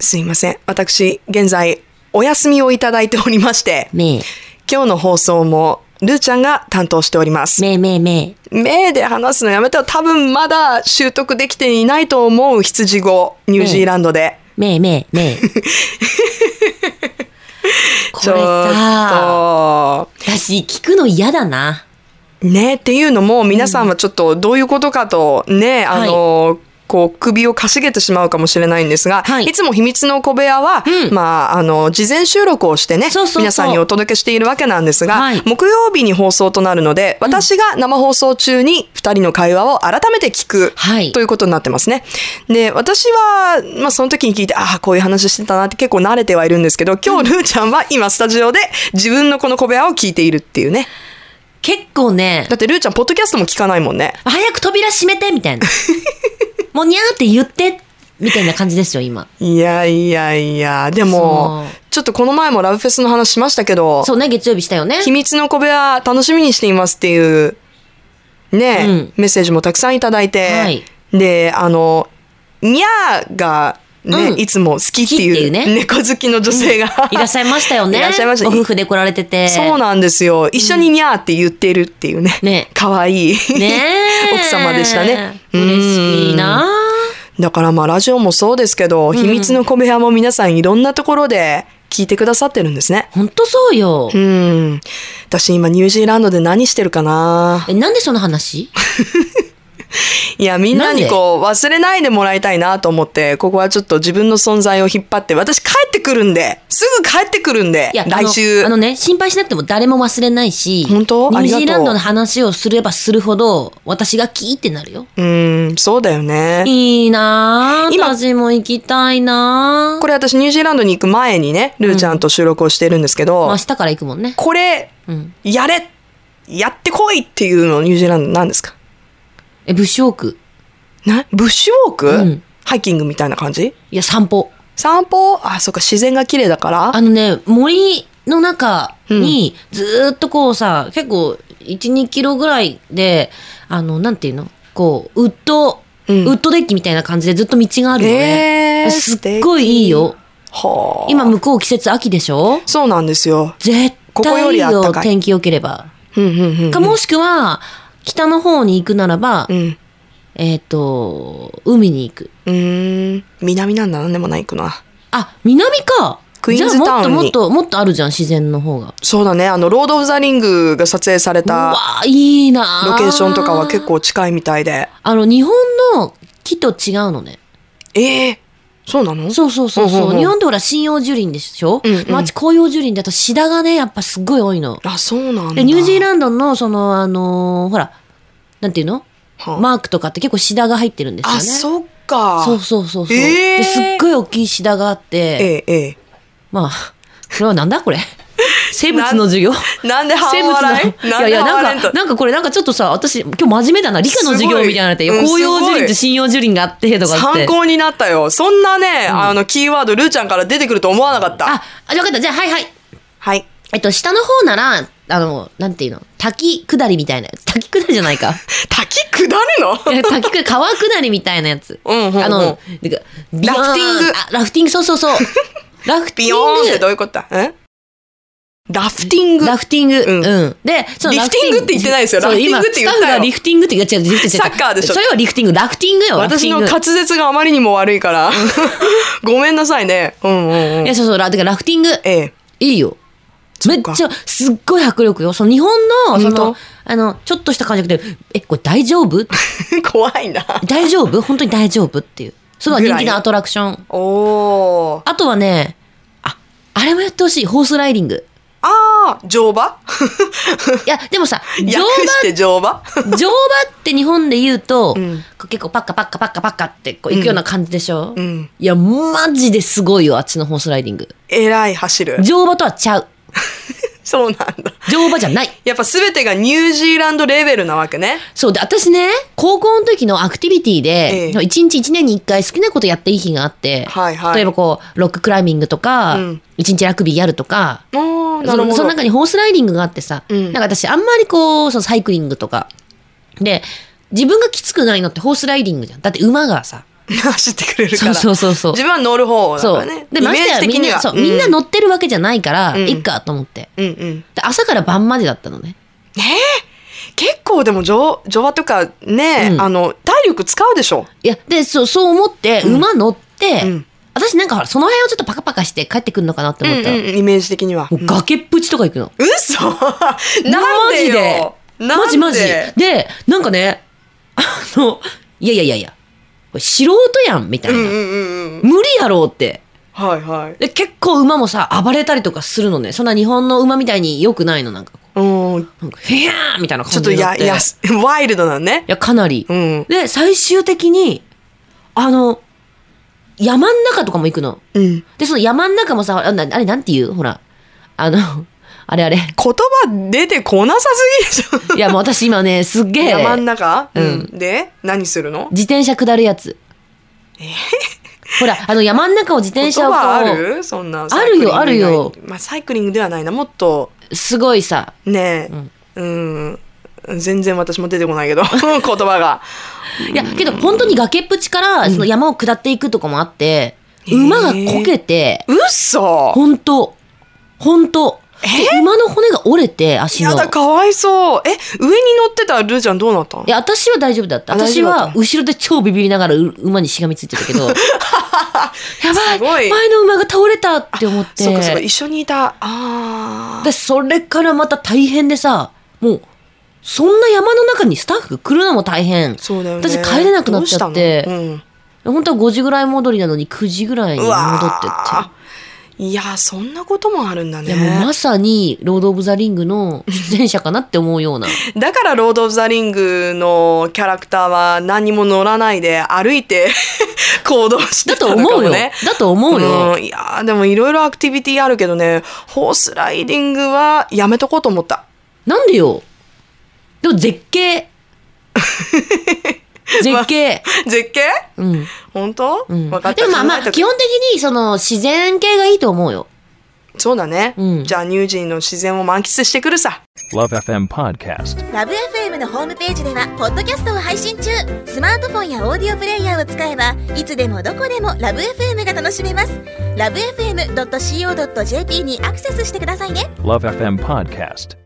すいません。私、現在、お休みをいただいておりまして、めい、今日の放送も、ルーちゃんが担当しております。めいめいめい。目で話すのやめたら多分まだ習得できていないと思う羊語、ニュージーランドで。めいめい めい。こちょれっさ、と、私聞くの嫌だな。ねっていうのも皆さんはちょっとどういうことかとね、あの、こう首をかしげてしまうかもしれないんですが、はいい、つも秘密の小部屋は、うんまあ、あの、事前収録をしてねそうそうそう皆さんにお届けしているわけなんですが、はい木曜日に放送となるので、私が生放送中に2人の会話を改めて聞く、はいということになってますね。で、私は、まあ、その時に聞いて、ああ、こういう話してたなって結構慣れてはいるんですけど、今日、ルーちゃんは今スタジオで自分のこの小部屋を聞いているっていうね。結構ねだ、ってルーちゃん、ポッドキャストも聞かないもんね。早く扉閉めてみ たいな。もうにゃーって言って、みたいな感じですよ、今。いやいやいや、でもそう、ちょっとこの前もラブフェスの話しましたけど、そうね、月曜日したよね。秘密の小部屋楽しみにしていますっていう、ね、うんメッセージもたくさんいただいて、はいで、あの、にゃーが、ね、うんいつも好きって好きっていいううね猫好きの女性が、いらっしゃいましたよね。いらっしゃいましたご夫婦で来られて て。そうなんですよ。一緒ににゃーって言ってるっていうね。ねかわいい。ねえ奥様でしたね。嬉しいな だからまあラジオもそうですけど、秘密の小部屋も皆さんいろんなところで聞いてくださってるんですね。ほんとそうよう。ん。私今ニュージーランドで何してるかなえ、なんでその話いや、みんなにこう忘れないでもらいたいなと思って、ここはちょっと自分の存在を引っ張って、私帰ってくるんで、すぐ帰ってくるんでいや、、来週あの。あのね、心配しなくても誰も忘れないし、本当ニュージありーがとうランドの話をすればするほど、私がキーってなるよ。うん、そうだよね。いいなぁ。今私も行きたいなぁ。これ私ニュージーランドに行く前にね、ルーちゃんと収録をしてるんですけど、まあ明日から行くもんね。これ、うん。やれやってこいっていうのニュージーランドなんですかえ、ブッシュウォーク。なブッシュウォーク、うんハイキングみたいな感じいや、散歩。散歩あ、そっか、自然が綺麗だから。あのね、森の中に、ずーっとこうさ、結構、1、2キロぐらいで、あの、なんていうのこう、ウッド、うんウッドデッキみたいな感じでずっと道があるのね。えーすっごいいいよ。はあ。今、向こう季節秋でしょそうなんですよ。絶ここよ対いいりあったよ、かい天気良ければ。うんうんうん。か、もしくは、北の方に行くならば、うん。えっ、と、海に行く。うーん。南なんだ、なんでもないくな。あ、南かクイーンズタウンにじゃあもっともっと、もっとあるじゃん、自然の方が。そうだね。あの、ロード・オブ・ザ・リングが撮影されうわたーいいなーロケーションとかは結構近いみたいで。あの、日本の木と違うのね。ええそうなのそうそうそうほうほそうう。ほう日本ってほら、針葉樹林でしょうんうんまああっち紅葉樹林だとシダがね、やっぱすごい多いの。あ、そうなんだ。で、ニュージーンランドの、その、あのーほら、なんていうのはあマークとかって結構シダが入ってるんですよね。あ、そっか。そうそうそうそう、えーですっごい大きいシダがあって、ええ、えまあ、これはなん だこれ。生物の授業え。なんで半生物笑いの。いやいや、なんか、か、なんかこれなんかちょっとさ、私、今日真面目だな。理科の授業みたいなのって、すごいうん紅葉樹すご林いと針葉樹林があって、とかって。参考になったよ。そんなね、あの、キーワード、ルーちゃんから出てくると思わなかった。あ、あ、よかった。じゃあ、はいはい。はい。えっと、下の方なら、あの、なんていうの、滝下りみたいなやつ。滝下りじゃないか。 滝下るのいや滝下り、川下りみたいなやつ。うんうんうんあの、なんか、ビヨーンラフティングあ、ラフティング、そうそ うそう。ラフテビィンヨーンってどグ。ういうことだえラフティングラフティング、うん、んで、そのリフティングって言ってないですよそうラフティングって言った今スよタッフがリフティングって言っちゃう。違う違う違うサッカーでしょそれはリフティング、ラフティングよ。私のラフティン滑舌があまりにも悪いから。 ごめんなさいね。うんうんうんグ。い。や、そうそう、ラ、てかラフティング。ええ。 いいよ。めっかちゃ、すっごい迫力よ。その日本の、そ本の、あの、ちょっとした感じで、え、これ大丈夫怖いな。大丈夫本当に大丈夫っていう。それは人気のアトラクション。おー。あとはね、あ、あれもやってほしい。ホースライディング。あー、乗馬いや、でも さ、乗略して乗馬 馬、乗馬って日本で言うと、んこう結構パッカパッカパッカパッカってこう行くような感じでしょ、うん。いや、マジですごいよ、あっちのホースライディング。えらい走る。乗馬とはちゃう。そうなんだ。乗馬じゃない。やっぱ全てがニュージーランドレベルなわけね。そうで、私ね、高校の時のアクティビティええで、1日1年に1回好きなことやっていい日があって、はいはい例えばこう、ロッククライミングとか、うん一1日ラグビーやるとか、おー、なそるほのど。その中にホースライディングがあってさ、うんなんか私あんまりこう、そのサイクリングとか、で、自分がきつくないのってホースライディングじゃん。だって馬がさ、走ってくれるかそうら。そうそうそう。自分は乗る方だかそらうね。。で、イましてメーやジみ的んにな、は。そう、みんな乗ってるわけじゃないから、うんいっかと思って。うんうん。で朝から晩までだったのね。結構でも乗乗馬とかね、うんあの体力使うでしょ。いや、で、そう、そう思って、うん馬乗って、うん私なんかほら、その辺をちょっとパカパカして帰ってくるのかなってうん思ったら、うんうんイメージ的には。もう崖っぷちとか行くの。嘘 なんでよマジマジ。で、なんかね、あの、いやいやいやいや、これ素人やん、みたういんな。うんうんうん。無理やろうって。はいはい。で、結構馬もさ、暴れたりとかするのね。そんな日本の馬みたいに良くないの、なんかこうん。う。なんか、へやーみたいなちょ感っとじになっや、て。やす、ワイルドなのねい。や、かなり。うん。で、最終的に、あの、山ん中とかも行くの。うん。で、その山ん中もさ、あなあれなんて言うほら。あの、 あれあれ。言葉出てこなさすぎでしょ。いや、もう私今ね、すっげえ、山ん中、ううんん、で何するの自転車下るやつ。ほら、あの山ん中を自転言車をこ葉あう、るそんな。あるサイよクリング以外あるよまあサイクリングではないな。もっと、すごいさ、ねえ、うん、全然私も出てこないけど、 言葉が。いや、けど本当に崖っぷちから、その山を下っていくとかもあって、へー馬がこけて、嘘本当本当で馬の骨が折れて、足の。やだ、かわいそう。え、上に乗ってたルーちゃんどうなったのいや、私は大丈夫だった。あ大私丈夫だったは、後ろで超ビビりながらう、馬にしがみついてた けど、やすごばいい前の馬が倒れたって思って。そうかそうか、一緒にいた。あで、それからまた大変でさ、もう、そんな山の中にスタッフ来るのも大変ー。そうだよね。私帰れなくなっちゃってどうしたの本当は5時ぐらい戻りなのに9時ぐらいうにん、う戻わーってって。いや、そんなこともあるんだいやもうね。まさに、ロード・オブ・ザ・リングの出演者かなって思うよ うな。だから、ロード・オブ・ザ・リングのキャラクターは何にも乗らないで歩いて 行動してだたとのか思もうよ。ね。だと思うよ。ん、いやーでもいろいろアクティビティあるけどねホースライディングはやめとこうと思ったなんでよ。でも絶 景。絶景。絶景うん。本当、うん。分かったでもまあま考えとあ、く基本的にその自然系がいいと思うよ。そうだね、うんじゃあニュージーの自然を満喫してくるさ Love FM Podcast. ラブ f m のホームページではポッドキャストを配信中スマートフォンやオーディオプレイヤーを使えばいつでもどこでもラブ f m が楽しめますラブ FM.co.jp にアクセスしてくださいね Love FM Podcast.